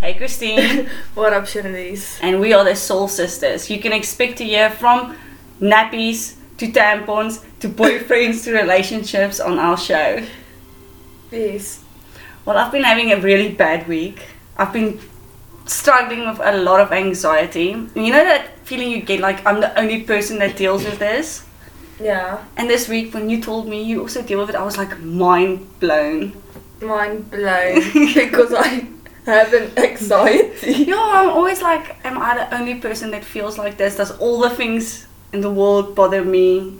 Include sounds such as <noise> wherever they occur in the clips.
Hey, Christine. What up, Shirley's? and we are the Soul Sisters. You can expect to hear from nappies to tampons to boyfriends to relationships on our show. Yes. Well, I've been having a really bad week. I've been struggling with a lot of anxiety. And you know that feeling you get like I'm the only person that deals with this? Yeah. And this week, when you told me you also deal with it, I was like mind blown. <laughs> Mind blown because I have an <laughs> anxiety. Yo, I'm always like, am I the only person that feels like this? Does all the things in the world bother me?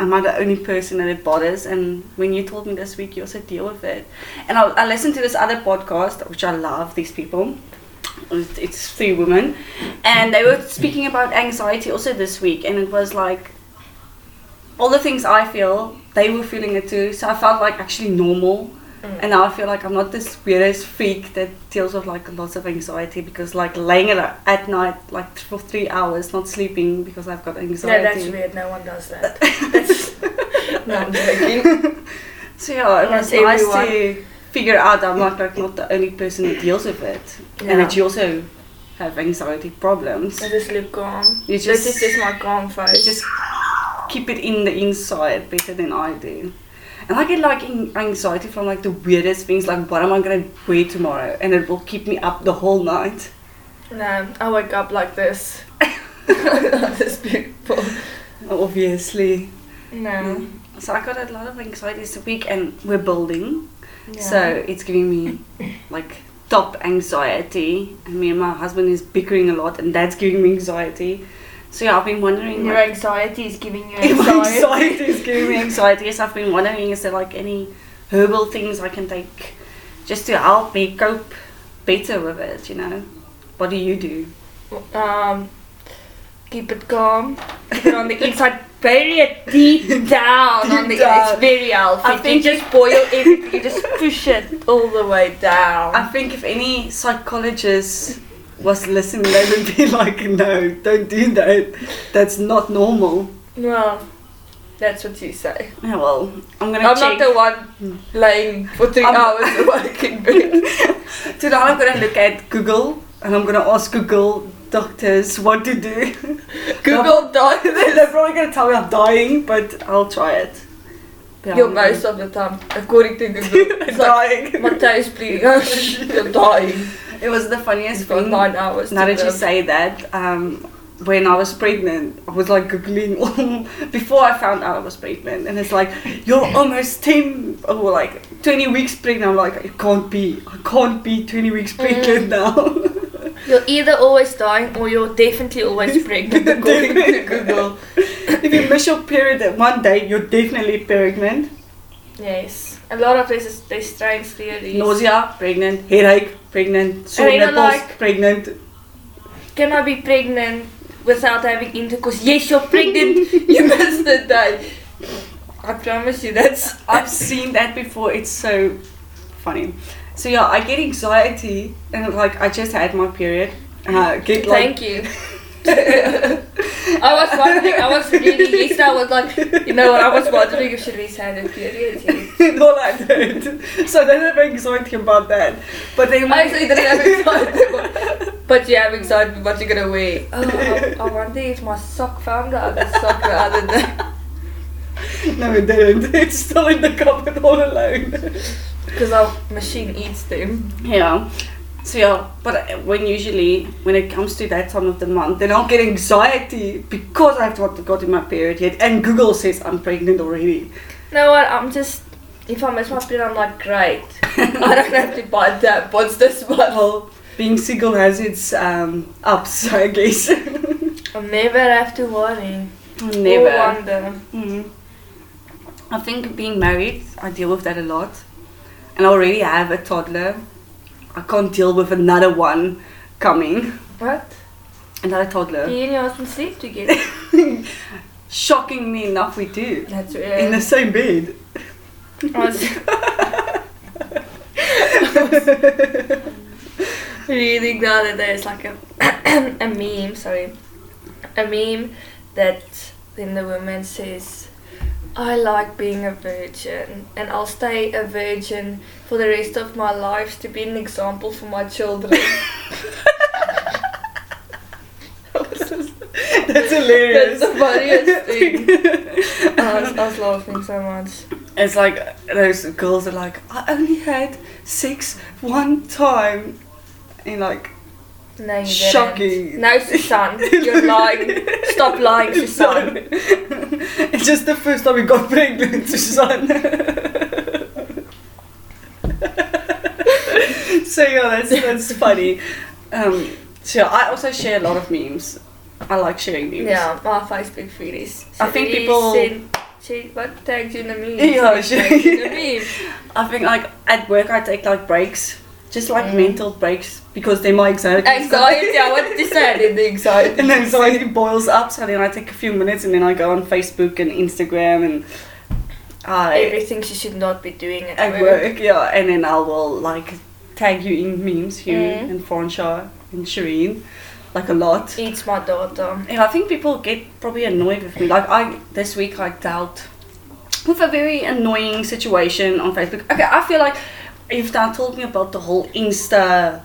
Am I the only person that it bothers? And when you told me this week, you also deal with it. And I, I listened to this other podcast, which I love, these people. It's it's three women. And they were speaking about anxiety also this week. And it was like, all the things I feel, they were feeling it too. So I felt like actually normal. Mm. And now I feel like I'm not this weirdest freak that deals with like lots of anxiety because like laying it at night like th- for three hours not sleeping because I've got No, that's anxiety. weird. No one does <laughs> that. That's- no, I'm joking. so yeah, it That's was nice everyone. to figure out that I'm not like not the only person that deals with it, and Yeah. that you also have anxiety problems. I just look calm. You this just- is just my calm I face. just keep it in the inside better than I do. And I get like in- anxiety from like the weirdest things, like what am I gonna wear tomorrow, and it will keep me up the whole night. <laughs> no, I wake up like this. <laughs> this beautiful. Obviously. No. So I got a lot of anxiety this week, and we're building, Yeah. so it's giving me like top anxiety. And me and my husband is bickering a lot, and that's giving me anxiety. So yeah, I've been wondering. your like, anxiety is giving <laughs> you if my anxiety. anxiety is giving me anxiety, yes, I've been wondering is there like any herbal things I can take just to help me cope better with it? You know, what do you do? Um, keep it calm. Keep it on the <laughs> inside. Bury it deep down on the. Down. It's very healthy. I You think just boil everything. You just push it all the way down. I think if any psychologist was listening, they would be <laughs> like, no, don't do that. That's not normal. Well, that's what you say. Yeah, well, I'm gonna I'm check. not the one laying for 3 I'm- hours awake <laughs> in bed. Today I'm gonna look at Google and I'm gonna ask Google doctors what to do. <laughs> Google does. They're probably gonna tell me I'm dying, but I'll try it. Yeah, You're I'm gonna- most of the time, according <laughs> to Google. <laughs> It's like, dying. my toe is bleeding. <laughs> Oh, shit, You're dying. It was the funniest It's got thing. nine <laughs> hours. Now to that you live. say that, um, when I was pregnant, I was like googling <laughs> all- before I found out I was pregnant, and it's like you're almost ten or like twenty weeks pregnant. I'm like it can't be. I can't be twenty weeks Mm. pregnant <laughs> now. <laughs> You're either always dying or you're definitely <laughs> always pregnant, <laughs> according to Google. if you miss your period at one day, you're definitely pregnant. Yes. A lot of this is there's strange theories. Nausea, pregnant. Headache, pregnant. Sore And you know, nipples, like- pregnant. Can I be pregnant without having intercourse? Yes, you're <laughs> pregnant. you missed the day. I promise you, that's <laughs> I've seen that before. It's so funny. So yeah, I get anxiety and like I just had my period and I get like Thank you. I was wondering, I was really yesterday, I was like, you know what, I was wondering if Sharice had a period. here. <laughs> no, I don't. So I don't have anxiety about that. But then I actually didn't have anxiety, but you have anxiety about what you're gonna wear. Oh, I, I wonder if my sock found the other sock the other <laughs> <laughs> day. no, it didn't. It's still in the cupboard all alone. <laughs> Because our machine eats them. Yeah. So yeah, but uh, when usually when it comes to that time of the month, then I'll get anxiety because I've not gotten my period yet, and Google says I'm pregnant already. You know what, I'm just, if I miss my period, I'm like, great. I don't have to buy that. What's this <laughs> one? Well, being single has its um, ups, I guess. I'll never have to worry. Or Never. wonder. Mhm. I think being married, I deal with that a lot. And I already have a toddler. I can't deal with another one coming. What? Another Do toddler. you and your husband sleep together? <laughs> Shockingly enough, we do. That's In weird. the same bed. <laughs> I was reading the other day. It's like a <clears throat> a meme. Sorry, a meme that then the woman says, I like being a virgin and I'll stay a virgin for the rest of my life to be an example for my children. That's hilarious. That's the funniest thing. I was, I was laughing so much. It's like those girls are like, I only had sex one time. And like, No, you Shocking. didn't. No, Susan, you're lying. Stop <laughs> lying, Susan. it's just the first time we got pregnant, Susan. so yeah, that's that's funny. Um, so I also share a lot of memes. I like sharing memes. Yeah, my Facebook feed is. I think people- Send, she, what tagged you in the meme? Yeah, She she- tagged you in <laughs> the meme. I think like at work I take like breaks, just like Mm. mental breaks because they're my anxiety. Anxiety, I wanted to say it in the <laughs> anxiety. And anxiety boils up, so then I take a few minutes and then I go on Facebook and Instagram and I Everything she should not be doing at, at work, yeah, and then I will like tag you in memes, you Mm. and Fransha and Shireen, like a lot. Eats my daughter. And I think people get probably annoyed with me. Like I this week I dealt with a very annoying situation on Facebook. Okay, I feel like you've now told me about the whole Insta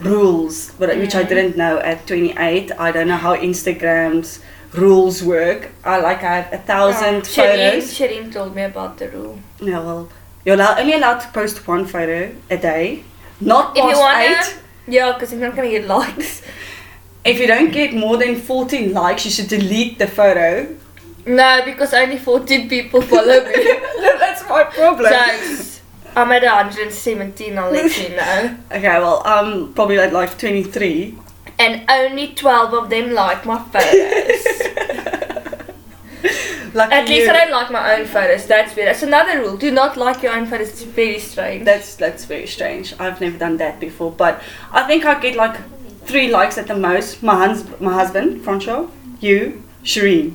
rules, but which I Mm. didn't know at 28. I don't know how Instagram's rules work. I like I have a thousand Shireen, photos. Shireen told me about the rule. No, well, you're allowed, only allowed to post one photo a day, not If you past wanna, eight. yeah, because I'm not gonna get likes. If you don't get more than 14 likes, you should delete the photo. <laughs> No, because only 14 people follow me. That's my problem. Jokes. I'm at 117, I'll let <laughs> you know. Okay, well, I'm probably at like 23. And only 12 of them like my photos. Lucky At least you. I don't like my own photos. That's weird. That's another rule. Do not like your own photos. It's very strange. That's that's very strange. I've never done that before, but I think I get like three likes at the most. My hus- my husband, Francho, you, Shireen.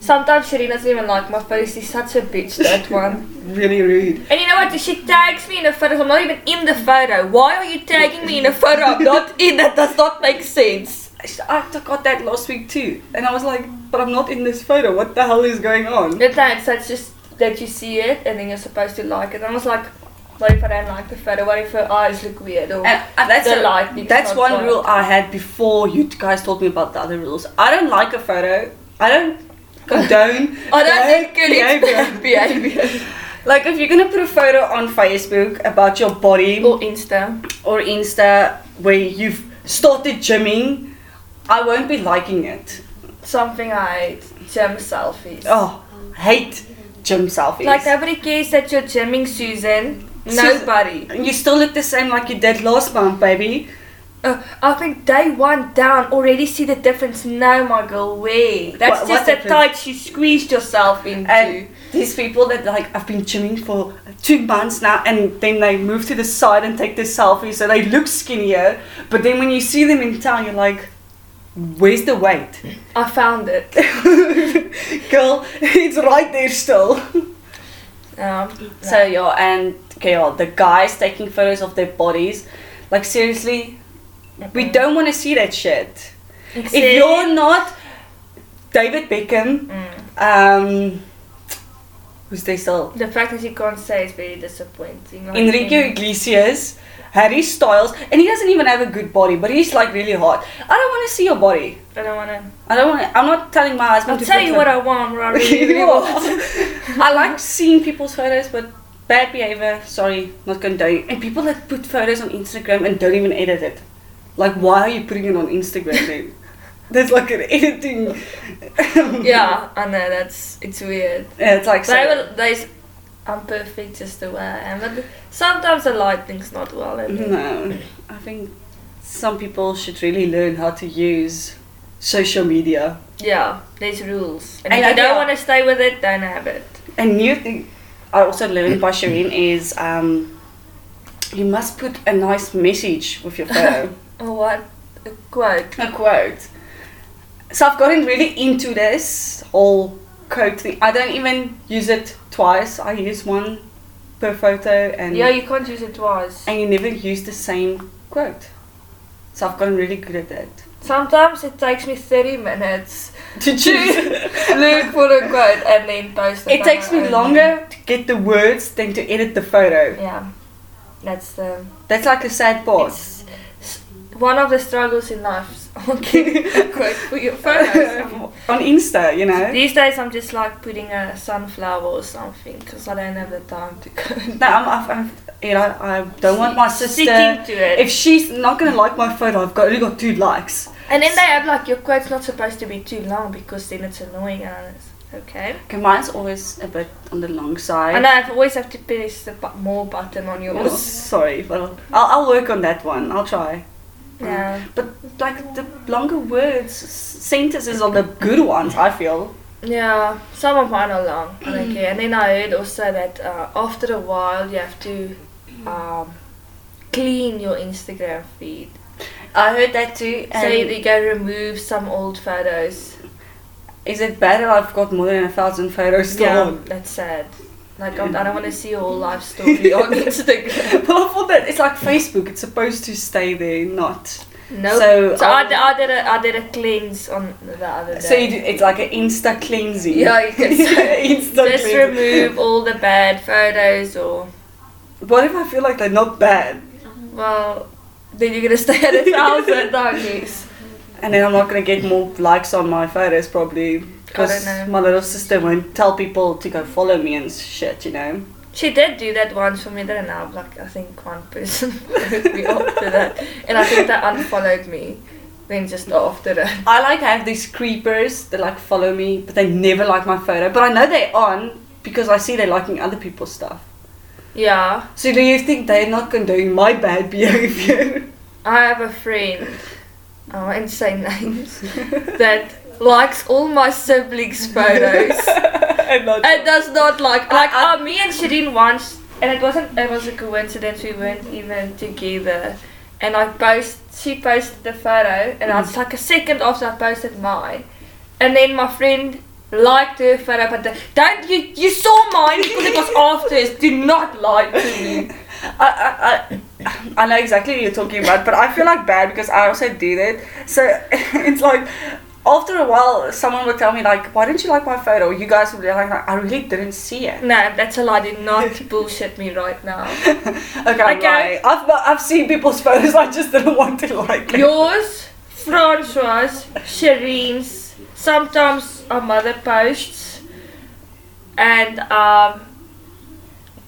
Sometimes Shireen doesn't even like my photos. She's such a bitch, <laughs> that one. Really rude. And you know what? She tags me in a photo. I'm not even in the photo. Why are you tagging me in a photo I'm not in? That does not make sense. I got that last week too, and I was like, but I'm not in this photo. What the hell is going on? The tags, that's just that you see it and then you're supposed to like it. And I was like, what if I don't like the photo? What if her eyes look weird? Or And, and that's The a- like is that's not one right. rule I had before you guys told me about the other rules. I don't like a photo. I don't <laughs> condone. I don't bad think Oh, it's bad behavior. <laughs> Like if you're gonna put a photo on Facebook about your body or Insta. or Insta where you've started gymming, I won't be liking it. Something I hate. Gym selfies. Oh, hate gym selfies. Like nobody cares that you're gymming, Susan. Sus- Nobody. And you still look the same like you did last month, baby. Uh, I think day one down already see the difference. No, my girl, way. What- That's what just the difference? tights you squeezed yourself into. And these people that like I've been gymming for two months now, and then they move to the side and take the selfie, so they look skinnier. But then when you see them in town, you're like, where's the weight? <laughs> I found it. Girl, it's right there still. Um, <laughs> So yeah, and okay, yeah, the guys taking photos of their bodies, like seriously, we don't want to see that shit. If If you're not David Beckham, um, who's they still? the fact that you can't say is very disappointing. Like, Enrique mm. Iglesias, Harry Styles, and he doesn't even have a good body, but he's like really hot. I don't want to see your body. I don't wanna. I don't want. I'm not telling my husband. I'll to tell put you them- <laughs> what I want, what I really, really You want. are. I like seeing people's photos, but bad behavior. Sorry, not condoning. And people that put photos on Instagram and don't even edit it. Like, why are you putting it on Instagram then? <laughs> There's like an editing. <laughs> Yeah, I know that's it's weird. Yeah, it's like. But I so- will. There's, I'm perfect just the way I am. But sometimes the lighting's not well. I Mm-hmm, No, mean. I think some people should really learn how to use social media. Yeah, there's rules. And, And if I you don't feel- want to stay with it, don't have it. A new thing I also learned by Shireen <laughs> is um, you must put a nice message with your photo. <laughs> Oh, what? A <laughs> quote. a quote. So I've gotten really into this whole quote thing. I don't even use it twice. I use one per photo, and yeah, you can't use it twice. <laughs> and you never use the same quote. So I've gotten really good at that. Sometimes it takes me 30 minutes To to look for a quote and then post it. It on takes my me own. longer to get the words than to edit the photo. Yeah, that's the. That's like a sad part. It's s- one of the struggles in <laughs> life. Okay, a quote for your <laughs> photos. On Insta, you know. These days I'm just like putting a sunflower or something because I don't have the time to go. No, I'm, I've, I've, you know, I don't want my sister. sticking to it. If she's not gonna like my photo, I've got only got two likes. and then they have like your quote's not supposed to be too long because then it's annoying and it's okay. Okay, mine's always a bit on the long side. And I always have to press the bu- more button on Oh, yours. sorry, but I'll, I'll, I'll work on that one. I'll try. Yeah. But like the longer words, s- sentences are the good ones. I feel. Yeah, some of mine are long. Okay, and then I heard also that uh, after a while you have to um, clean your Instagram feed. I heard that too. so you can remove some old photos. is it better? I've got more than a thousand photos still Yeah, on. that's sad. Like I'm, I don't want to see your whole life <laughs> story on Instagram. but I thought that it's like Facebook. It's supposed to stay there, not. No. So, So, I, um, d- I did a I did a cleanse on the other day. So you do, it's like an Insta cleansing. Yeah, you <laughs> can say. Insta just cleansing. remove all the bad photos or What if I feel like they're not bad, well then you're gonna <laughs> stay at a thousand doggies. and then I'm not gonna get more likes on my photos probably because know. my little sister won't tell people to go follow me and shit, you know. She did do that once for me then now like I think one person <laughs> followed me after that. And I think they unfollowed me then just after that. I like have these creepers that like follow me, but they never like my photo. But I know they're on because I see they're liking other people's stuff. Yeah. So do you think they're not condoning my bad <laughs> behavior? I have a friend I won't say names that likes all my siblings' photos. and not It does not like like I- uh, me and Shireen once, and it wasn't. It was a coincidence. We weren't even together, and I post. She posted the photo, and I was like a second after I posted mine, and then my friend liked her photo, but the, don't you you saw mine because <laughs> it was after. Do not lie to me. I, I, I- I know exactly what you're talking about, but I feel like bad because I also did it. So <laughs> it's like after a while, someone will tell me like, "Why didn't you like my photo?" You guys will be like, "I really didn't see it." No, that's a lie. Do <laughs> not bullshit me right now. Okay, I'm Okay. lying. I've I've seen people's photos. I just didn't want to like it. Yours, Francois, Shireen's, sometimes our mother posts, and um,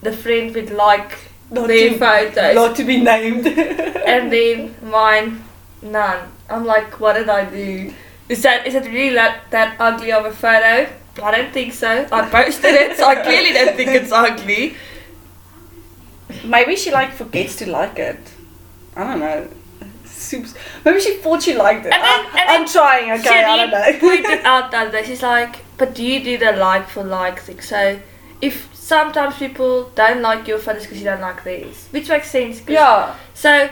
the friend would like Not their to- photos, not to be <laughs> named. <laughs> and then mine, none. I'm like, what did I do? Is that is it really that, that ugly of a photo? I don't think so. I posted it, so I clearly don't think it's ugly. Maybe she like forgets to like it. I don't know. Soups. Maybe she thought she liked it. And then- I, and then am trying. Okay, I Shireen don't <laughs> know. <laughs> pointed out that this is like, but do you do the like for like thing? So if sometimes people don't like your photos because you don't like theirs, which makes sense. 'cause- yeah. So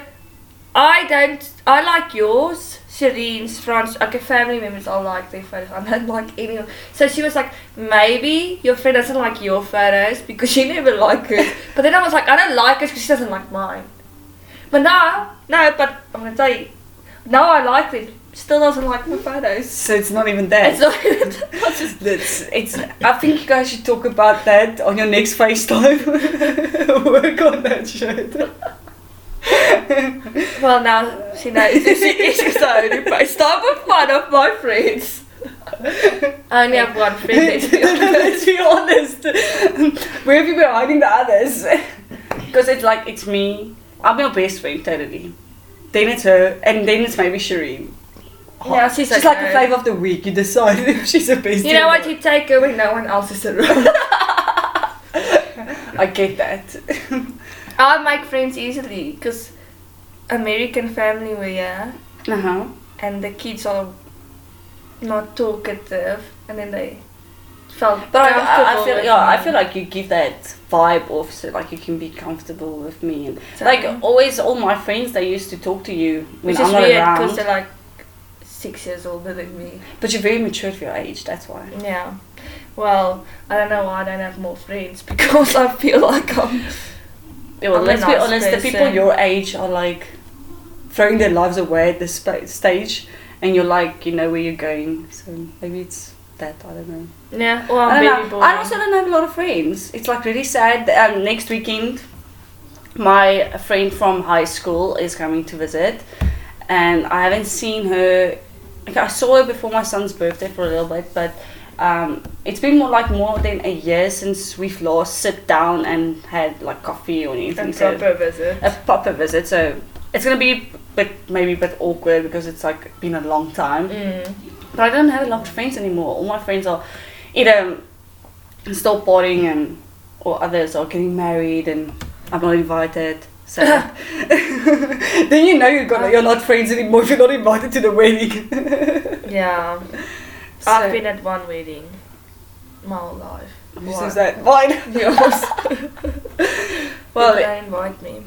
I don't. I like yours, Shireen's, Fran's. Okay, family members. I like their photos. I don't like any. of- So she was like, maybe your friend doesn't like your photos because she never liked it. But then I was like, I don't like it because she doesn't like mine. But now, no. But I'm gonna tell you, now I like it. Still doesn't like my <laughs> photos. So it's not even that. It's not. it's just- That's it's. I think you guys should talk about that on your next FaceTime. <laughs> Work on that shit. well, now she knows who she is because I only post up with one of my friends. I only have one friend. let's be <laughs> honest. Let's be honest. Where have you been hiding the others? Because it's like it's me. I'm your best friend totally. Then it's her, and then it's maybe Shireen. Yeah, she's she's like like the her. flavor of the week. You decide <laughs> if she's a best. You know or what? not. You take her when no one else is around. I get that. <laughs> <laughs> I make friends easily because American family we are, uh huh. and the kids are not talkative, and then they felt But I, I, I comfortable feel with yeah, I me. feel like you give that vibe off, so like you can be comfortable with me, and So- like always, all my friends they used to talk to you when which I'm is not weird uh, because around. they're like six years older than me. But you're very mature for your age, that's why. Yeah. Well, I don't know why I don't have more friends <laughs> because I feel like I'm. Yeah, well, I'm a let's be nice honest, the people person. your age are like throwing their lives away at this spa- stage, and you like, you know where you're going. So maybe it's that. I don't know. Yeah, or I I'm don't baby know. boy. I also don't have a lot of friends. It's like really sad. that, Um, next weekend, my friend from high school is coming to visit, and I haven't seen her. Like I saw her before my son's birthday for a little bit, but um, it's been more like more than a year since we've last sit down and had like coffee or anything. and so- proper <laughs> visit. a proper visit. So it's gonna be, but maybe a bit awkward because it's like been a long time. Mm. But I don't have a lot of friends anymore. All my friends are either still partying and or others are getting married and I'm not invited. So <laughs> <laughs> then you know you're gonna you're not friends anymore if you're not invited to the wedding. Ah, Yeah, So, I've been at one wedding, my whole life. whose One. is that? Mine. <laughs> Yours. well, <laughs> Well, they invite me.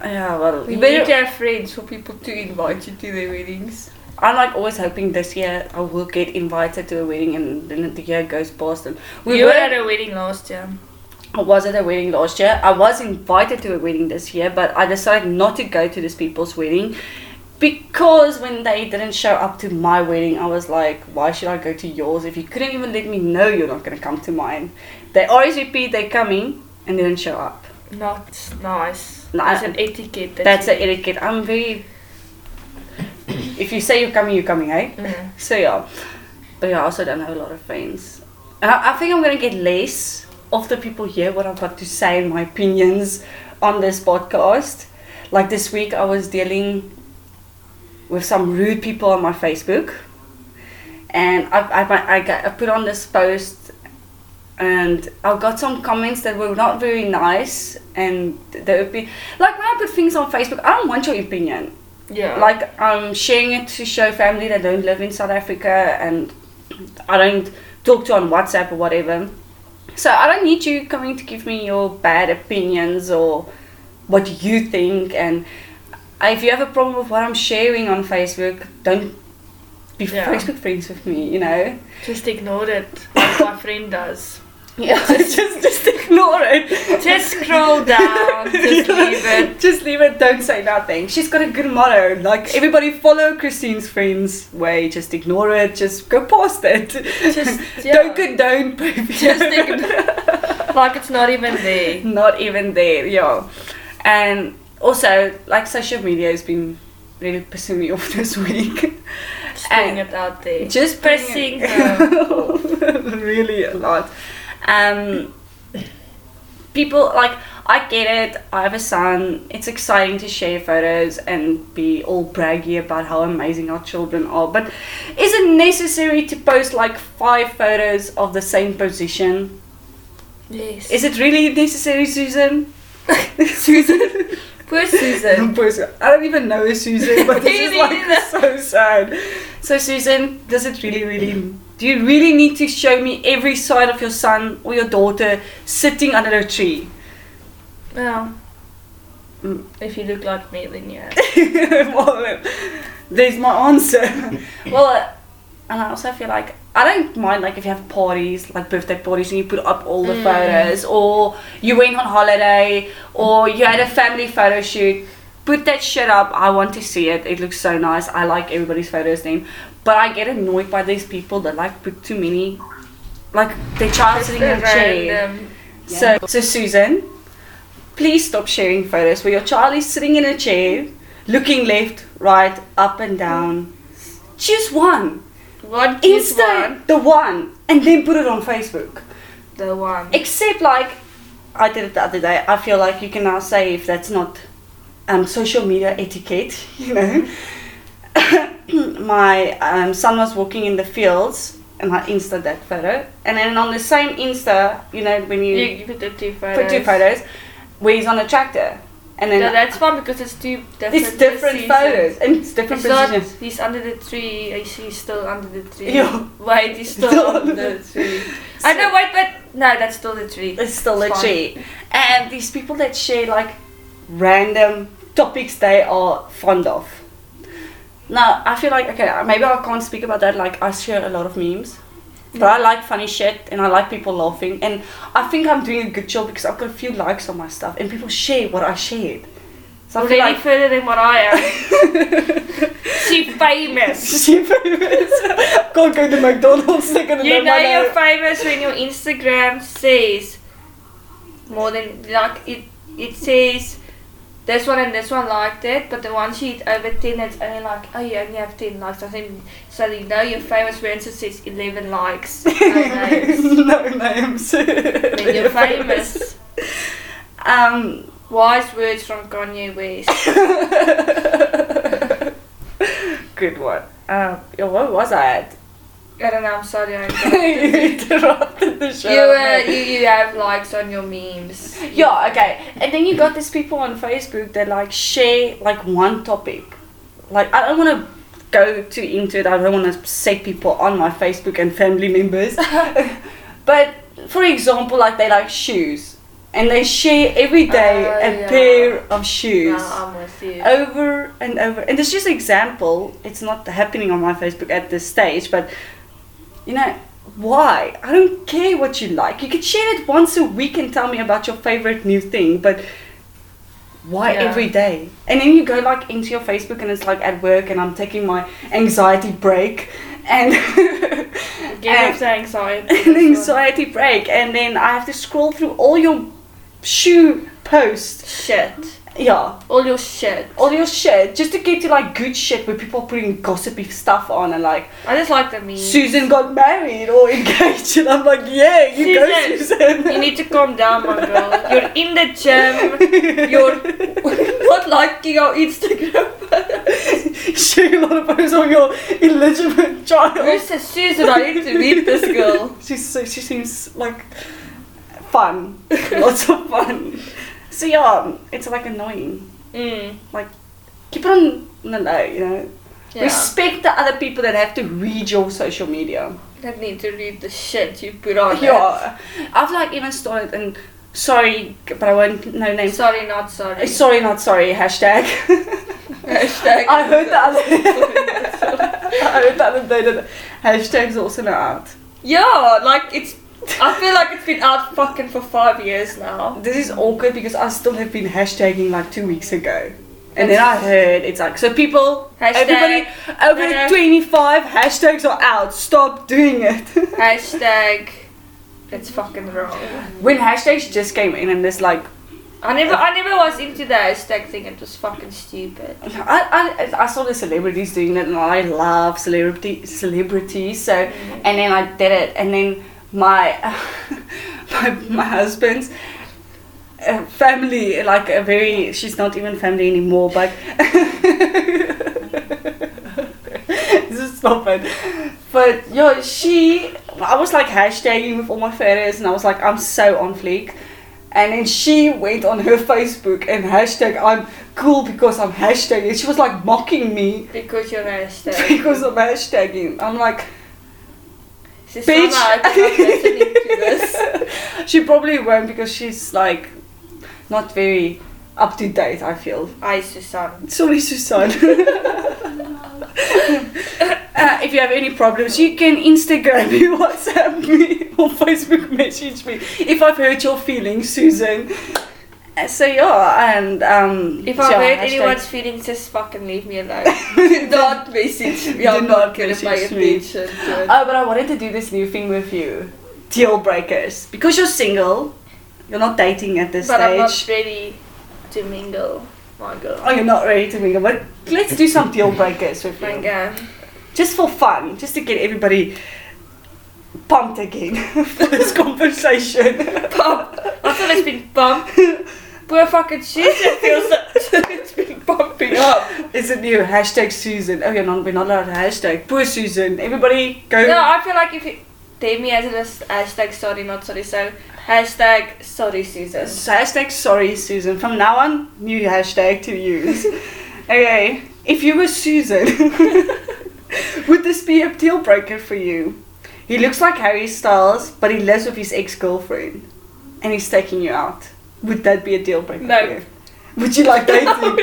yeah. Well, We you need better, to have friends for people to invite you to their weddings. I'm like always hoping this year I will get invited to a wedding and then the year goes past and We were at a wedding last year. I was at a wedding last year. I was invited to a wedding this year, but I decided not to go to these people's wedding because when they didn't show up to my wedding, I was like, why should I go to yours if you couldn't even let me know you're not going to come to mine? They always repeat they're coming and they didn't show up. Not nice. No, There's I- an etiquette. That That's you- the etiquette. I'm very. if you say you're coming, you're coming, eh? Mm. So yeah, but yeah, I also don't have a lot of friends. And I, I think I'm gonna get less of the people hear what I've got to say and my opinions on this podcast. Like this week, I was dealing with some rude people on my Facebook, and I I, I, got- I put on this post. And I got some comments that were not very nice, and the opinion, like when I put things on Facebook, I don't want your opinion Yeah. like I'm sharing it to show family that don't live in South Africa and I don't talk to on WhatsApp or whatever. So I don't need you coming to give me your bad opinions or what you think and if you have a problem with what I'm sharing on Facebook, don't be Yeah. Facebook friends with me, you know? just ignored it, like my friend does. Yeah, <laughs> just just ignore it. Just <laughs> scroll down, just leave it. Just leave it. Don't say nothing. She's got a good motto. Like everybody follow Christine's friends way. Just ignore it. Just go past <laughs> it. Just yeah. Don't condone behavior. <laughs> Just ignore. like it's not even there. Not even there. Yeah. And also, like social media has been really pissing me off <laughs> this week. Just throwing it out there. Just pressing. <laughs> the- really a lot. Um, people like I get it. I have a son. It's exciting to share photos and be all braggy about how amazing our children are. But is it necessary to post like five photos of the same position? yes. Is it really necessary, Susan? <laughs> Susan. Poor Susan. Person. I don't even know a Susan, but this is <laughs> Me neither. like so sad. So Susan, does it really, really? Do you really need to show me every side of your son or your daughter sitting under a tree? Well, Mm. if you look like me, then <laughs> yeah. well, <laughs> there's my <laughs> answer. well, uh, and I also feel like I don't mind like if you have parties, like birthday parties, and you put up all the Mm. photos, or you went on holiday, or you had a family photo shoot. Put that shit up. I want to see it. It looks so nice. I like everybody's photos then, but I get annoyed by these people that like put too many, like their child sitting in a chair. Random. So, so Susan, please stop sharing photos where your child is sitting in a chair, looking left, right, up and down. Choose one. What is Insta one? the one, and then put it on Facebook. The one. Except like, I did it the other day. I feel like you can now say if that's not um, social media etiquette, <laughs> you know. <coughs> My um, son was walking in the fields, and I insta that photo. And then on the same insta, you know, when You, you put the two photos. put two photos where he's on a tractor, and then No, that's fun because it's two different. it's different seasons. photos and it's different It's not, positions. he's under the tree, I see he's still under the tree. Yeah. Wait, he's still, Still under under the tree. I know, wait, but no, that's still the tree. It's still It's a tree, and these people that share like random topics they are fond of. Now I feel like okay, maybe I can't speak about that. Like I share a lot of memes. But I like funny shit and I like people laughing and I think I'm doing a good job because I've got a few likes on my stuff and people share what I shared. So I feel Already like <laughs> further than what I am. she famous. She famous. Can't go to McDonald's. They're gonna You know know my you're name. <laughs> famous when your Instagram says more than like it. It says this one and this one liked it, but the one she hit over ten, it's only like oh you only have ten likes. I think so. You know you're famous when it says <laughs> eleven likes. No names. no names. When you're famous. Um, Wise words from Kanye West. <laughs> Good one. Um, yeah, what was I at? <laughs> I don't know. I'm sorry. I <laughs> you interrupted the show. you, uh, you you have likes on your memes. yeah, okay. And then you got these people on Facebook that like share like one topic. Like I don't want to go too into it. I don't want to set people on my Facebook and family members. but for example, like they like shoes, and they share every day Oh, a yeah. Ah. pair of shoes. No, I'm with you. Oh, Over and over, and it's just an example. It's not happening on my Facebook at this stage, but you know why? I don't care what you like. You could share it once a week and tell me about your favorite new thing, but why Yeah. every day? And then you go like into your Facebook and it's like at work and I'm taking my anxiety break and Get and- off the anxiety. <laughs> an anxiety break and then I have to scroll through all your shoe posts. Shit. Yeah. All your shit. All your shit just to get to like good shit where people are putting gossipy stuff on and like I just like the meme. Susan got married or <laughs> engaged, and I'm like, yeah, you go, Susan. Susan. You need to calm down, my girl. You're in the gym. You're <laughs> not liking your Instagram. <laughs> Share a lot of photos of your illegitimate child. Where's the Susan? I need to meet this girl. <laughs> She's so, she seems like fun, <laughs> lots of fun. So yeah, it's like annoying. Mm. Keep it on the low, you know. Yeah. Respect the other people that have to read your social media. Don't need to read the shit you put on. <laughs> Yeah, I've like even started and sorry, but I won't no it. names. Sorry, not sorry. Sorry, not sorry. <laughs> Hashtag. Hashtag. I heard the other. <laughs> I heard the other day that hashtags also not out. Yeah, like it's. I feel like it's been out fucking for five years now. This is awkward because I still have been hashtagging like two weeks ago. And then I heard it's like so people Hashtag. everybody over No, no. 25 hashtags are out. Stop doing it. Hashtag. It's fucking wrong. <laughs> when hashtags just came in and this like I never, I never was into the hashtag thing. It was fucking stupid. I, I, I saw the celebrities doing it and I love celebrity celebrities so and then I did it and then my <laughs> my, my husband's uh, family like a very she's not even family anymore but <laughs> this is not fun but yo she I was like hashtagging with all my photos and I was like I'm so on fleek and then she went on her Facebook and hashtag I'm cool because I'm hashtagging. She was like mocking me Because you're <laughs> a hashtag. because I'm hashtagging. I'm like, She's Bitch. not listening to this. <laughs> she probably won't because she's like not very up to date, I feel. I, Susan. Sorry, Susan. <laughs> uh, if you have any problems, you can Instagram me, <laughs> WhatsApp me, or Facebook message me if I've hurt your feelings, Susan. Uh, So yeah, and um, If so I yeah, hurt hashtag- anyone's feelings, just fucking leave <laughs> me alone. Do not message me. Do I'm not not gonna pay message me. attention to it. Oh, but I wanted to do this new thing with you. Deal breakers. Because you're single, you're not dating at But this I'm not stage. ready to mingle, my girl. oh, you're not ready to mingle. But let's do some deal breakers with My you. girl. <laughs> Just for fun. Just to get everybody pumped again <laughs> for this conversation. Pump. I feel it's been pumped. Poor <laughs> fucking shit. It feels like it's been pumping up. It's a new hashtag Susan. Oh, you're not, we're not allowed to hashtag. Poor Susan. Everybody go. No, I feel like if you take me as it is hashtag sorry not sorry so hashtag sorry Susan. Hashtag sorry, Susan. From now on, new hashtag to <laughs> use. okay, if you were Susan, <laughs> would this be a deal breaker for you? He looks like Harry Styles, but he lives with his ex girlfriend and he's taking you out. Would that be a deal breaker? No. For you? Would you <laughs> like dating?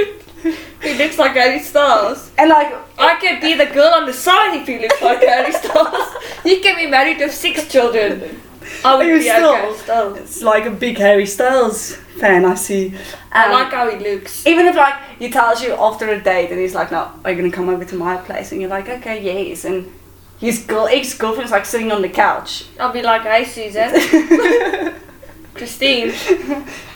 he looks like Harry Styles. and like, I can be the girl on the side if he looks like Harry Styles. You can be married with six children. I would Are you be still? okay. Still. It's like a big Harry Styles fan, I see. I Um, like how he looks. even if like he tells you after a date and he's like, "No, are you gonna come over to my place?" and you're like, "Okay, yes," and his girl ex girlfriend's like sitting on the <laughs> couch. I'll be like, hey Susan, <laughs> Christine,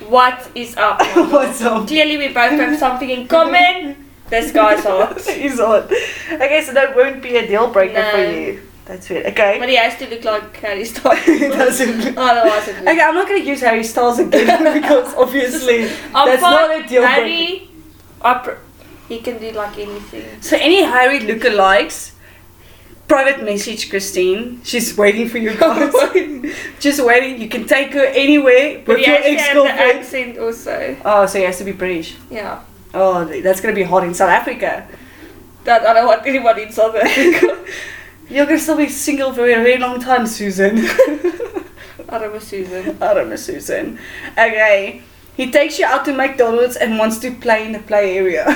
what is up? What's up? Clearly we both have something in common. This guy's hot. <laughs> He's on. Okay, so that won't be a deal breaker for No. you. That's it. Okay. But he has to look like Harry Styles. <laughs> It doesn't look- Otherwise it looks. Okay, I'm not gonna use Harry Styles again <laughs> because obviously I'm that's fine. not a deal breaker. Harry, I pr- he can do like anything. So any Harry lookalikes, private message Christine. She's waiting for you guys. <laughs> Just waiting. You can take her anywhere But with he your has to have the ex-girlfriend. accent also. Oh, so he has to be British. Yeah. Oh, that's gonna be hot in South Africa. That I don't want anyone in South <laughs> Africa. You're gonna still be single for a very long time, Susan. <laughs> I don't know Susan. I don't know, Susan. Okay. He takes you out to McDonald's and wants to play in the play area. <laughs>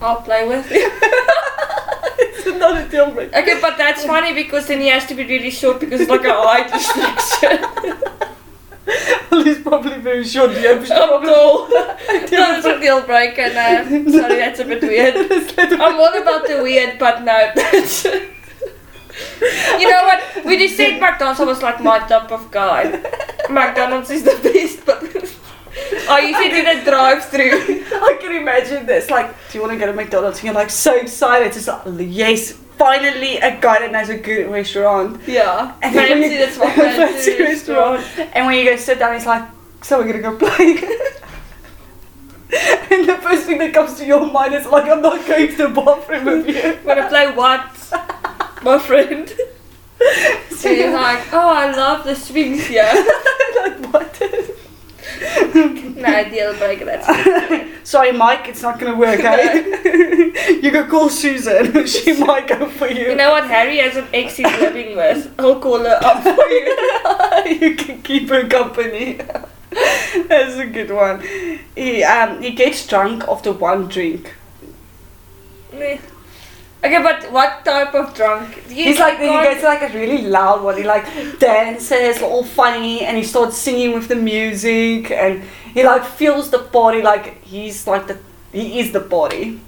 I'll play <laughs> with him. it's not a deal breaker. Okay, but that's funny because then he has to be really short because it's like a eye <laughs> distraction. Well, he's probably very short. <laughs> Yeah, but I'm tall. <laughs> No, Yeah, that's a deal breaker. No, sorry, <laughs> that's a bit weird. I'm all about the weird, but no. <laughs> that's- you know what? When you said McDonald's, I was like, my type of <laughs> guy. McDonald's is the best, but. <laughs> Oh, you said in a drive <laughs> through. I can imagine this. Like, do you want to go to McDonald's? And you're like so excited. It's like, yes, finally a guy that knows a good restaurant. Yeah. And then when Fancy, you- <laughs> that's what fancy restaurant. And when you go sit down, it's like, so we're gonna go play. <laughs> and the first thing that comes to your mind is like, I'm not going to the bathroom with you. Wanna play <laughs> what? My friend. So <laughs> So <laughs> you're you're like, like, oh, I love the swings here. <laughs> what? no, deal breaker, that's Sorry, Mike, it's not gonna work, <laughs> eh? <laughs> you go call Susan. <laughs> she might go for You know what? Harry has an ex he's living <laughs> with. I'll call her up for you. you can keep her company. <laughs> That's a good one. He um he gets drunk after one drink. Meh. Okay, but what type of drunk? You He's like he can't- gets like a really loud one. He like dances all funny and he starts singing with the music and he like feels the party like he's like the he is the party.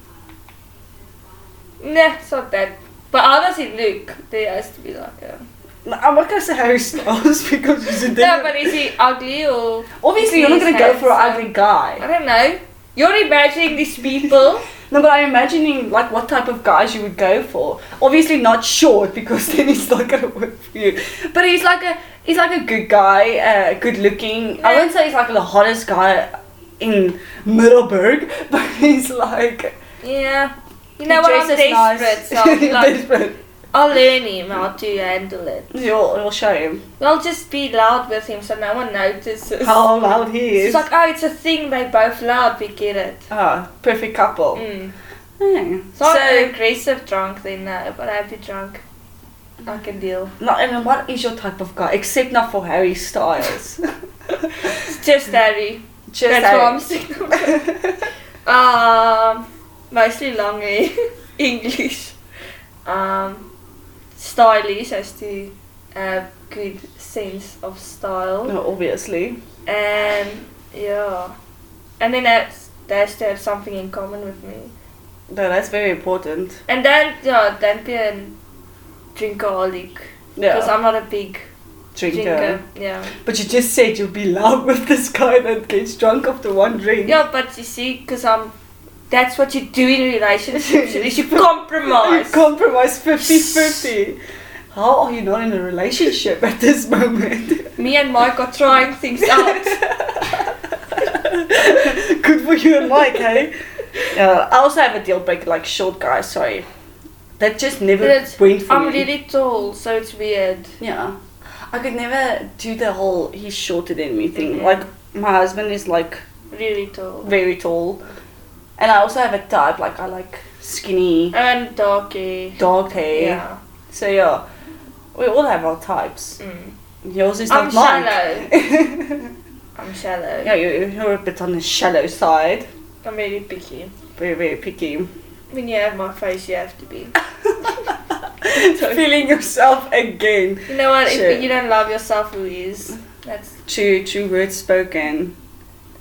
Nah, it's not that. But how does he look? There has to be like a. No, I'm not gonna say <laughs> Harry Styles because he's a No, different. but is he ugly or? Obviously, you're not gonna go for an ugly I guy. don't know. You're imagining these people. No, but I'm imagining like what type of guys you would go for. Obviously, not short because <laughs> then he's not gonna work for you. But he's like a he's like a good guy, uh, good looking. I Yeah. wouldn't say he's like the hottest guy in Middleburg, <laughs> but he's like yeah. You know he what? I'm dresses desperate, nice. so <laughs> I'll, be like, Desperate. I'll learn him how to handle it. You'll, you'll show him Well, just be loud with him so no one notices. how loud he It's is. like, oh, it's a thing, they both loud, we get it. ah, perfect couple. Mm. Yeah. So, So, I'm an aggressive drunk then, no, but happy drunk. I can deal. not even what is your type of guy, except not for Harry <laughs> Styles. <laughs> It's just Harry. Just That's Harry. what I'm saying. <laughs> um, mostly long <laughs> hair, English. Um, stylish has to have good sense of style. No, obviously. And, yeah. And then that's, they has to have something in common with me. No, that's very important. And then, yeah, then be a drinkaholic. Yeah. Because I'm not a big drinker. drinker. Yeah. But you just said you'll be loud <laughs> with this guy that gets drunk after one drink. Yeah, but you see, because I'm. That's what you do in <laughs> relationships. is you compromise. You compromise 50 50. How are you not in a relationship at this moment? <laughs> Me and Mike are trying things out. Good for you and Mike, <laughs> hey? Yeah, I also have a deal breaker, like short guys, sorry. That just never But it's- went for I'm me. really tall, so it's weird. Yeah. I could never do the whole he's shorter than me thing. Mhm. Like, my husband is like Really tall. very tall. And I also have a type, like I like skinny, And dark hair. dark hair. Yeah. So yeah, we all have our types. Mm. Yours is I'm not mine. shallow. I'm shallow. <laughs> Yeah, you, you're a bit on the shallow side. I'm really picky. Very, very picky. <laughs> When you have my face, you have to be. feeling yourself again. You know what? Sure. If you don't love yourself, who is? <laughs> That's True, true words spoken.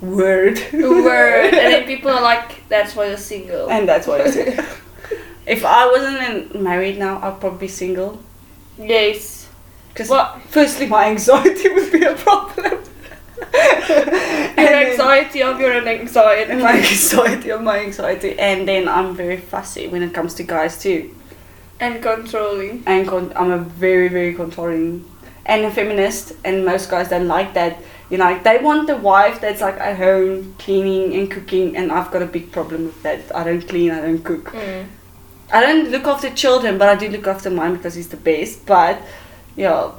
Word. the word. and then people are like, that's why you're <laughs> single. and that's what I said. if I wasn't in- married now, I'd probably be single. <laughs> yes. Because Well, firstly, my anxiety <laughs> would be a problem. and your then- Mm. anxiety of your own anxiety. and <laughs> my anxiety of my anxiety, and then I'm very fussy when it comes to guys too. and controlling. And con- I'm a very very controlling and a feminist, and most guys don't like that. You know, like, they want the wife that's like at home cleaning and cooking, and I've got a big problem with that. I don't clean, I don't cook. Mm. I don't look after children, but I do look after mine because he's the best. But yeah,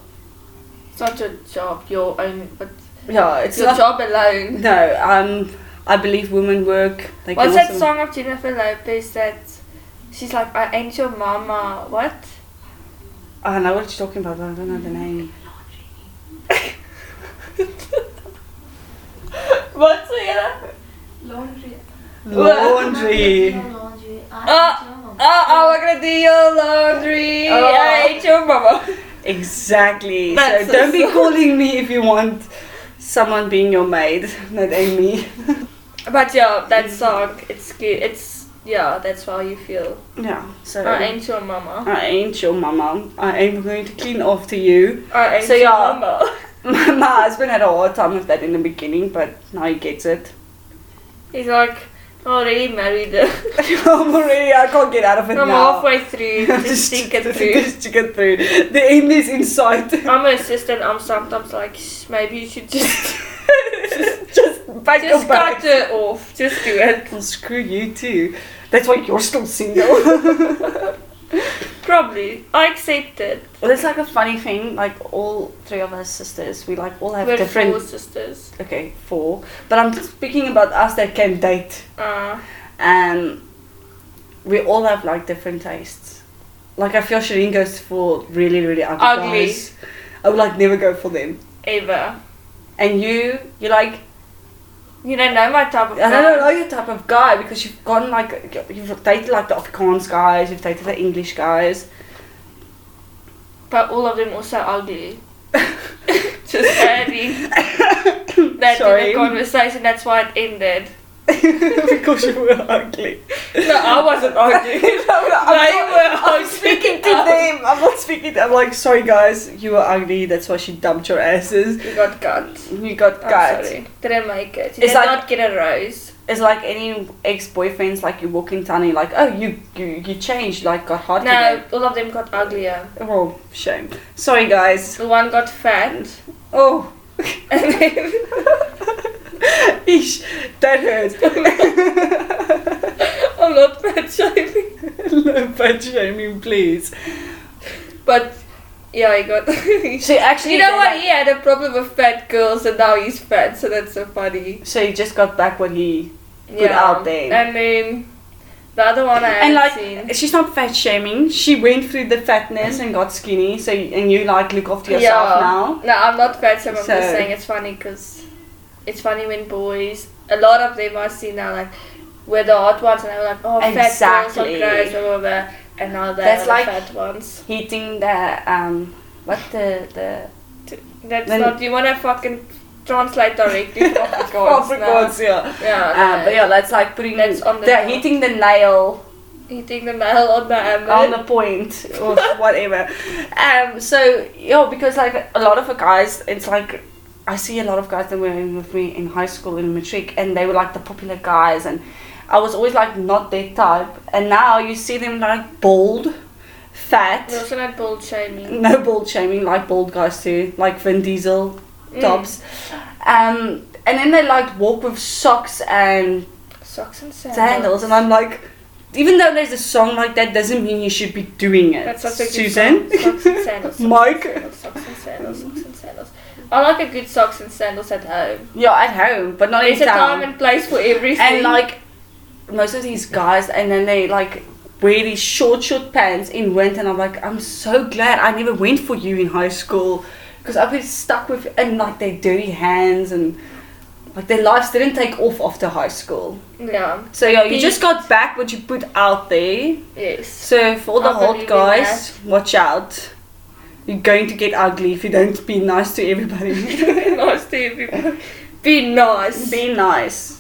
It's not your job, your own, but yeah, it's it's your not. job alone. No, um, I believe women work. They What's can that also- song of Jennifer Lopez that she's like, I ain't your mama? What? I know what you're talking about, but I don't know the name. What's that? Laundry. <laughs> Laundry. No <laughs> laundry. I Ah, don't know. Oh, I'm gonna do your laundry. I Oh. ain't your mama. <laughs> Exactly. That's so so don't be sorry. calling me if you want someone being your maid. <laughs> That ain't me. But yeah, that song, it's cute. It's, yeah, that's how you feel. Yeah. So I ain't your mama. I ain't your mama. I ain't going to clean after you. <laughs> I ain't So, your yeah. mama. <laughs> My, my husband had a hard time with that in the beginning, but now he gets it. <laughs> He's like, I already married <laughs> her. I'm already. I can't get out of it I'm now. <laughs> halfway through. Just think it through. Just think it through. The end is in <laughs> sight. <laughs> I'm an assistant. I'm sometimes like, "Shh, maybe you should just just back <laughs> just just cut her off. Just do it. Well, screw you too. That's why you're still single. <laughs> Probably. I accept it. well, it's like a funny thing. Like all three of us sisters, we like all have We're different. four sisters. Okay, four. But I'm speaking about us that can date, Uh, and we all have like different tastes. Like I feel Shireen goes for really, really ugly, Ugly. guys. I would like never go for them. ever. And you, you like You don't know my type of I don't know guy. your type of guy because you've gone like you've dated like the Afrikaans guys, you've dated the English guys. <laughs> But all of them also <laughs> ugly. just adding that Sorry. to the conversation. That's why it ended. because you were ugly. No, I wasn't <laughs> ugly. I'm, They not- were I'm ugly. speaking to <laughs> them. I'm not speaking. To, I'm like, sorry guys, you were ugly. That's why she dumped your asses. <laughs> You got cut. You got I'm guts. Oh, sorry. Didn't make it. You It's did like- not get a rose. It's like any ex-boyfriends. Like you walk in town, and you're like, oh, you you, you changed. Like got hot No, again. all of them got uglier. Oh, shame. Sorry guys. The one got fat. <laughs> Oh. <laughs> And then Ish, that <laughs> hurts. I'm not fat shaming. No fat shaming, please. But yeah, he got. <laughs> you So actually, know what? He had a problem with fat girls, and now he's fat, so that's so funny. So he just got back what he. Put out there. And then the other one I haven't And like, seen. she's not fat shaming. She went through the fatness and got skinny. So and you like look after Yeah. yourself now. No, I'm not fat shaming. I'm So- just saying it's funny because it's funny when boys, a lot of them I see now, like, were the hot ones, and they were like, oh, fat girls Exactly. are gross, blah, blah, blah. And now they're That's the like- fat ones. Hitting the um, what the the That's Then- not. You wanna fucking <laughs> translate directly from Afrikaans now. yeah. Yeah. Um, but yeah, that's like putting That's on the the nail. hitting the nail Eating the nail on the hammer. on the point or whatever. Um, so yeah, because like a lot of the guys, it's like I see a lot of guys that were in with me in high school in matric, and they were like the popular guys, and I was always like not their type. And now you see them like bald, fat, We're also not bull shaming. no bald shaming like bald guys too, like Vin Diesel Mm. tops. Um, and then they like walk with socks and Socks and sandals. sandals, and I'm like, even though there's a song like that, doesn't mean you should be doing it. That's such a good Susan, <laughs> song. Socks and sandals. socks Mike? and sandals, Socks and sandals. Socks and sandals. I like a good socks and sandals at home. yeah, at home, but not There's in a time town. and place for everything. and like, most of these guys, and then they like wear these short, short pants in winter, and I'm like, I'm so glad I never went for you in high school, because I've been stuck with and like their dirty hands and like their lives didn't take off after high school. Yeah. So yeah, you Peak. just got back what you put out there. Yes. <laughs> So for all the I believe hot in guys, watch out. You're going to get ugly if you don't be nice to everybody. nice to everybody. Be nice. be nice.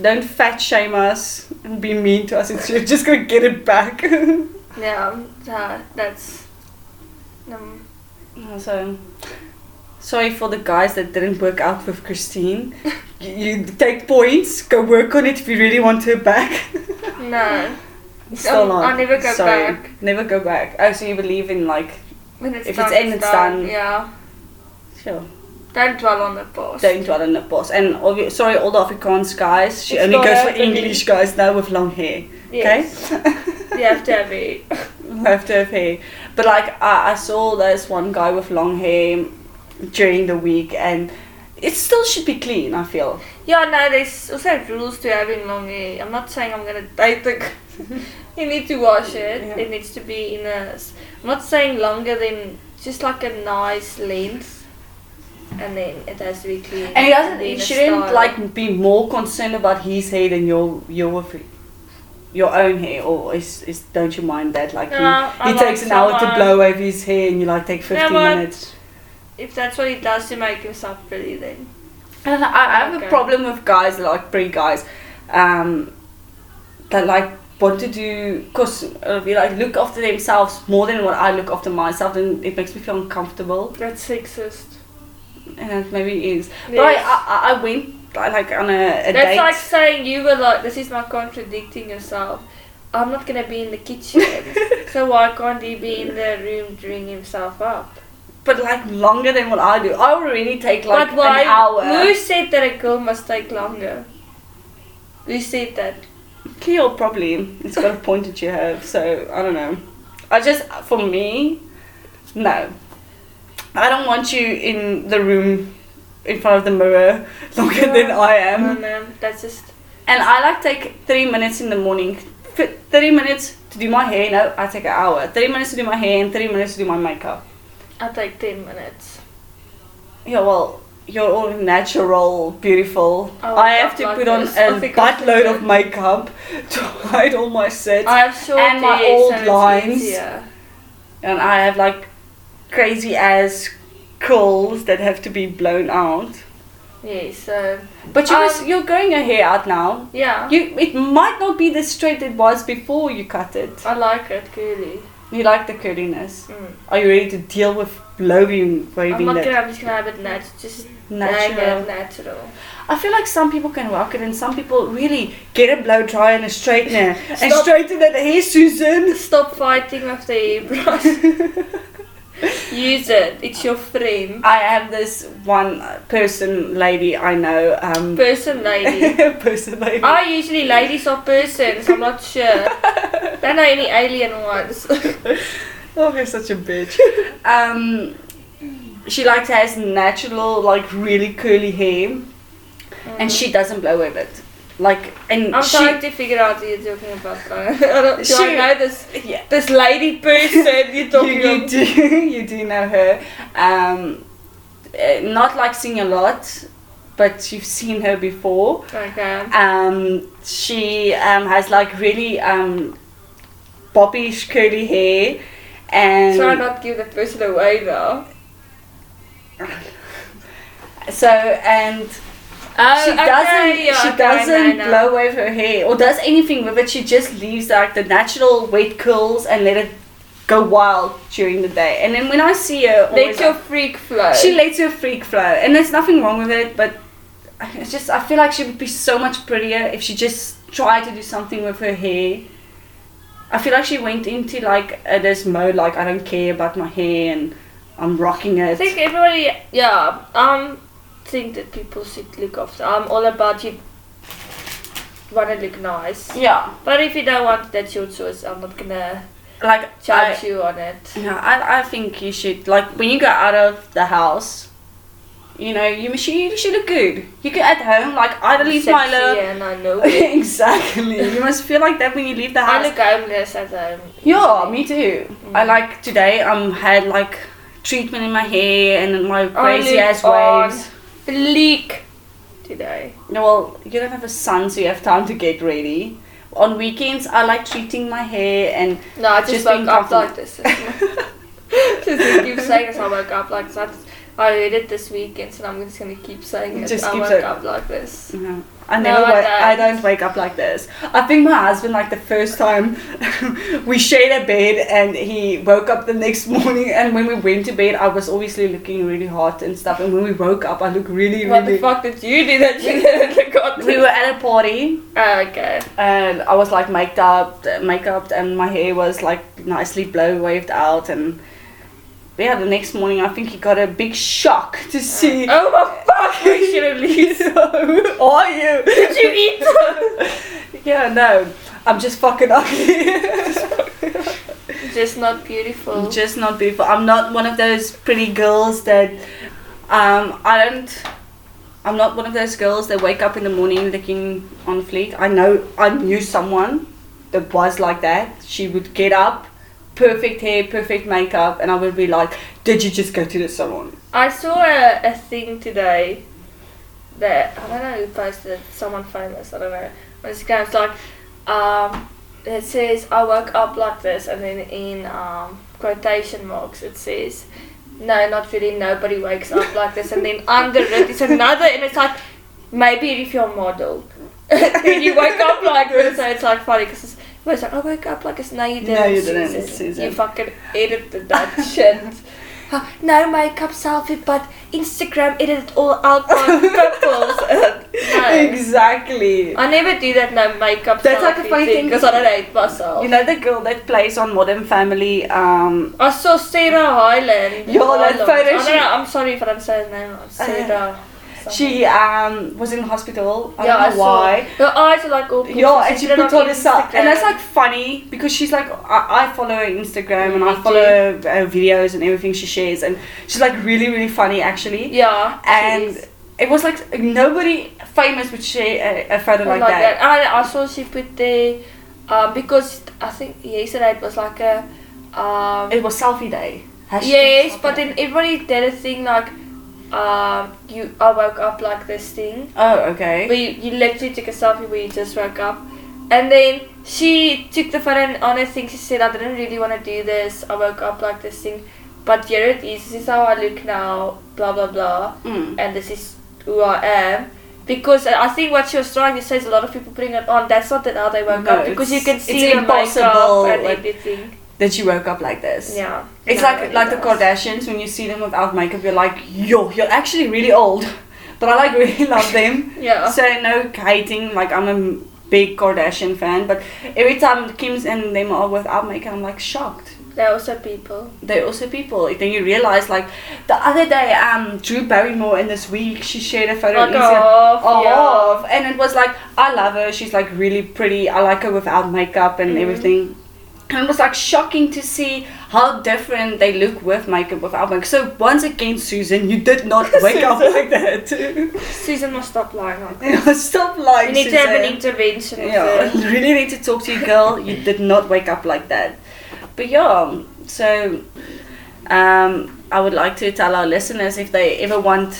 Don't fat shame us and be mean to us. It's, you're just gonna get it <laughs> back. yeah. Uh, that's. Um, so, sorry for the guys that didn't work out with Christine. You, you take points. Go work on it if you really want her back. <laughs> no. Still Um, not. I'll never go Sorry. back. Never go back. Oh, so you believe in like When it's If done, it's in, it's done. Yeah. sure. Don't dwell on the past. Don't dwell on the boss. And obvi- sorry, all the Afrikaans guys. She It's only not goes for happening. English guys now with long hair. <laughs> Yes. you have to have it. left of hair. But like I, I saw this one guy with long hair during the week and it still should be clean, I feel. Yeah, no, there's also rules to having long hair. I'm not saying I'm gonna date the. g- <laughs> you need to wash it. Yeah. It needs to be in a. s- I'm not saying longer than just like a nice length, and then it has to be clean. And he doesn't then he a shouldn't style. like be more concerned about his hair than your your with your own hair or is, is don't you mind that? Like No, he, I he like takes an hour to someone- blow over his hair and you like take fifteen but- minutes. If that's what he does to make himself pretty, then I don't know. I, I have Okay. a problem with guys that like pretty guys, um, that like want to do cause uh, we like look after themselves more than what I look after myself, and it makes me feel uncomfortable. that's sexist. And it maybe is. But I, Yes. I I went I, like on a, a date. That's like saying you were like, this is my contradicting yourself. I'm not gonna be in the <laughs> kitchen, so why can't he be in the room doing himself up? but like longer than what I do. I already take like but why? an hour. Who said that a girl must take longer? Who said that? Keel probably. It's got a point that you have, so I don't know. I just for me, no. I don't want you in the room in front of the mirror <laughs> longer than I am. No, ma'am, Oh, that's just. And I like take three minutes in the morning. F- Thirty minutes to do my hair. No, I take an hour. Thirty minutes to do my hair and thirty minutes to do my makeup. I take ten minutes. Yeah, well, you're all natural, beautiful. Oh, I have I've to got put on this. I a think I buttload should of do- makeup <laughs> to hide all my sets. I have short And my hair, old so it's lines. easier. and I have like crazy ass curls that have to be blown out. Yeah, so But you Um, was, you're growing your hair out now. yeah, You it might not be the straight it was before you cut it. I like it curly. You like the curliness. Mm. Are you ready to deal with blowing I'm waving not gonna. that I'm just gonna have it nat- just natural? Dang it, natural. I feel like some people can rock it and some people really get a blow dryer and a <laughs> straightener and Stop. straighten that hair, Susan. Stop fighting with the airbrush. <laughs> Use it. It's your friend. I have this one person lady I know. Um, Person lady. <laughs> person lady. I usually ladies or persons, I'm <laughs> not sure. Don't know any alien ones. Oh, you're such a bitch. <laughs> um, she like has natural, like really curly hair, and she doesn't blow with it. Like, and I'm she, trying to figure out what you're talking about. Brian. <laughs> I don't, do I She- know this <laughs> yeah, this lady person you're you, talking you about? do, <laughs> you do know her. Um, uh, not like seeing a lot, but you've seen her before. Okay. Um, she um, has like really um, bobbish curly hair, and Try not to give the person away now. so and Oh, she doesn't okay, yeah, she okay, doesn't no, no. blow wave her hair or does anything with it she just leaves like the natural wet curls and let it go wild during the day and then when i see her Let always, your freak flow. she lets her freak flow and there's nothing wrong with it but I- it's just i feel like she would be so much prettier if she just tried to do something with her hair i feel like she went into like uh, this mode like i don't care about my hair and i'm rocking I it think everybody, yeah, um, think that people should look after. I'm all about you want to look nice. yeah But if you don't want that your choice, I'm not gonna like I- judge you on it. Yeah, I, I think you should like when you go out of the house, you know, you should you should look good. You get at home like I leave Sexy my love. <laughs> and I know it. exactly. You must feel like that when you leave the I house. look Mm. homeless at home. yeah, usually. me too. I like today. Um, had like treatment in my hair and in my I crazy look ass on waves. Bleak. today. No, well, you don't have a sun, so you have time to get ready. On weekends, I like treating my hair and No, I Just just, being woke up confident. like <laughs> this. Just to keep saying this, I woke up like this. I, just, I heard it this weekend, so I'm just gonna keep saying it. Just I keep woke saying- up like this. No, I No, never. I wa- don't. I, don't. wake up like this. I think my husband, like the first time, <laughs> we shared a bed, and he woke up the next morning. And when we went to bed, I was obviously looking really hot and stuff. And when we woke up, I looked really, What the really. fuck did you do that you didn't look at <laughs> We were at a party, Oh, okay. and I was like maked up, make up, and my hair was like nicely blow waved out. And yeah, the next morning, I think he got a big shock to see. <laughs> Oh my fuck! I should have least. Who <laughs> are you? Did you eat? <laughs> Yeah, no. I'm just fucking ugly. Just not beautiful. I'm just not beautiful. I'm not one of those pretty girls that um I don't I'm not one of those girls that wake up in the morning looking on fleek. I know I knew someone that was like that. She would get up, perfect hair, perfect makeup, and I would be like, Did you just go to the salon? I saw a, a thing today that I don't know who posted it, someone famous, I don't know. On Instagram it's like um it says I woke up like this and then in um quotation marks it says No, not really nobody wakes up like this and then under it is another and it's like maybe if you're a model <laughs> then you wake up like this so it's like funny because it's like I woke up like this. No, you didn't. No, you didn't, Susan. Susan. You fucking edited that shit. Uh, no makeup selfie, but Instagram edited all out my <laughs> pimples. Uh, no. Exactly. I never do that no makeup That's like selfie a funny thing. because I don't hate myself. You know the girl that plays on Modern Family, um I saw Sarah Hyland. Yo, that Hyland. photo I don't she- know, I'm sorry if I don't say her name. Sarah. something. she um was in hospital. I yeah, don't know saw- why. Her eyes are like all pink, Yeah, so and she did it put on on herself, and Instagram. that's like funny because she's like, I, I follow her Instagram and Me I too. follow her, her videos and everything she shares, and she's like really, really funny actually. Yeah. she and is. it was like nobody famous would share a, a photo like, that. I, I saw she put the um, because I think yesterday it was like a um, It was selfie day. Hashtag yes, selfie but day. then everybody did a thing like um, you I woke up like this thing oh okay. where you, you literally took a selfie where you just woke up, and then she took the photo and on her thing she said I didn't really want to do this I woke up like this thing, but here it is this is how I look now blah blah blah Mm. and this is who I am. Because I I think what she was trying to say is a lot of people putting it on. That's not that how they woke No, up. Because you it's- can it's see the impossible, makeup and like- everything. That she woke up like this. Yeah. It's like Nobody like the does. Kardashians when you see them without makeup, you're like, yo, you're actually really old. <laughs> But I like really love them. Yeah. So no hating, like I'm a big Kardashian fan, but every time Kim's and them are without makeup, I'm like shocked. They're also people. They're also people. Then you realize, like the other day, um, Drew Barrymore in this week, she shared a photo on Like Oh, a Instagram half, of, yeah. and it was like I love her. She's like really pretty. I like her without makeup and Mhm. everything. And it was like shocking to see how different they look with makeup without makeup. So once again, Susan, you did <laughs> not wake up like that. <laughs> Susan must stop lying on Stop lying. We need to have Susan. an intervention with Yeah, her. <laughs> you really need to talk to your girl. You did not wake up like that. But yeah, so um, I would like to tell our listeners if they ever want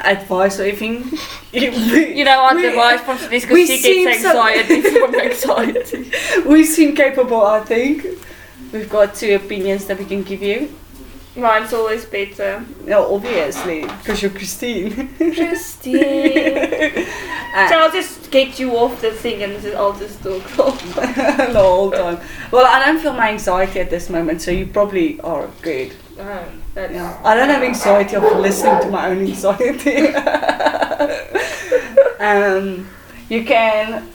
advice or <laughs> anything. <laughs> You you know what? We- The wife from this we because she seem gets so- anxiety <laughs> from <laughs> anxiety. we seem capable, I think. We've got two opinions that we can give you. Mine's always better. No, obviously, because you're Christine. <laughs> <laughs> Christine. So Uh, I'll just get you off the thing and just, I'll just talk. the whole time. Well, I don't feel my anxiety at this moment, so you probably are good. No, that's Yeah. I don't have anxiety of listening to my own anxiety. <laughs> um, you can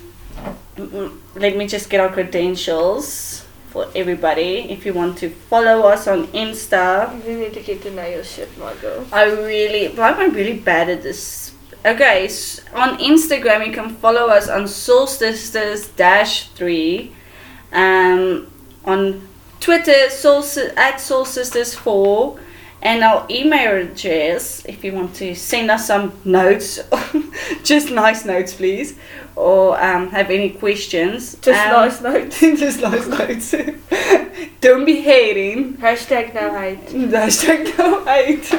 mm, let me just get our credentials for everybody. If you want to follow us on Insta, You need to get to know your shit, my girl. I really, why am I really bad at this? Okay, s- on Instagram you can follow us on Soulsisters dash three, um, on Twitter Soul Si- at Soulsisters four, and our email address if you want to send us some notes, <laughs> just nice notes please, or um, have any questions. Just um, nice notes. <laughs> just nice notes. <laughs> Don't be hating. Hashtag no hate. Hashtag no hate.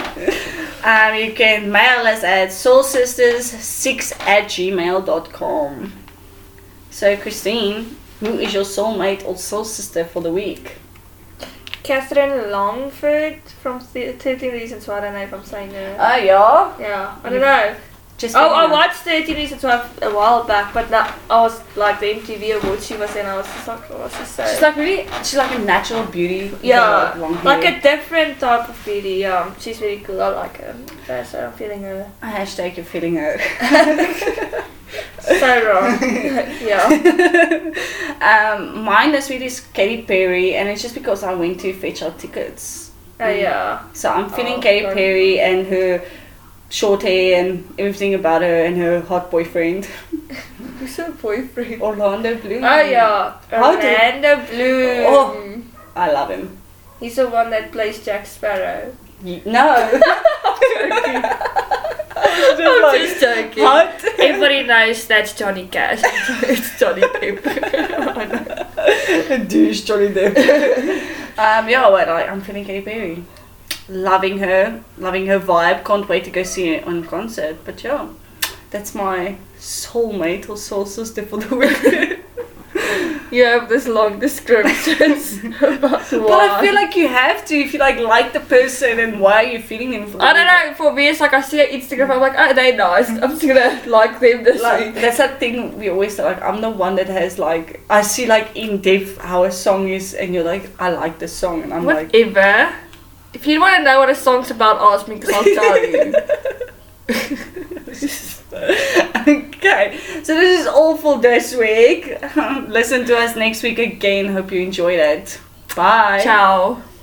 Um, you can mail us at soulsisters6 at gmail.com. So, Christine, who is your soulmate or soul sister for the week? Catherine Longford from Th- 13 Reasons Why. I don't know if I'm saying that. Oh, yeah. yeah, I don't know. Just Oh, I anyone. watched 13 Reasons Why a while back, but now I was like the MTV award she was in. I was just like, oh, she's so. She's like really, she's like a natural beauty. with yeah, her long hair. like a different type of beauty. Yeah, she's really cool. I like her. Okay, so I'm feeling her. hashtag you're feeling her. <laughs> So <laughs> wrong. yeah. um, mine this week is Katy Perry, and it's just because I went to fetch our tickets. Uh, yeah. So I'm feeling Oh, Katy sorry. Perry and her short hair and everything about her and her hot boyfriend <laughs> Who's her boyfriend? Orlando Bloom. Oh yeah, How do- Orlando Bloom. Oh. I love him. He's the one that plays Jack Sparrow. Ye- <laughs> No. I'm like, just joking. Hot. Everybody knows that's Johnny Cash. <laughs> it's <laughs> Johnny Depp. douche Johnny Depp. <laughs> um, yeah, well, like, I'm feeling Katy Perry. Loving her, loving her vibe. Can't wait to go see her on concert. But yeah, that's my soulmate or soul sister for the week. <laughs> you have this <laughs> long descriptions about but I why. feel like you have to if you like like the person and why are you feeling them. For the I don't week. know. For me, it's like I see an Instagram. I'm like, oh, they nice. I'm just gonna like them this Like week. that's that thing we always say, like. I'm the one that has like I see like in depth how a song is, and you're like I like the song, and I'm like Whatever. If you want to know what a song's about, ask me because I'll tell <laughs> you. okay, so this is all for this <laughs> week. Listen to us next week again. Hope you enjoyed it. Bye. Ciao.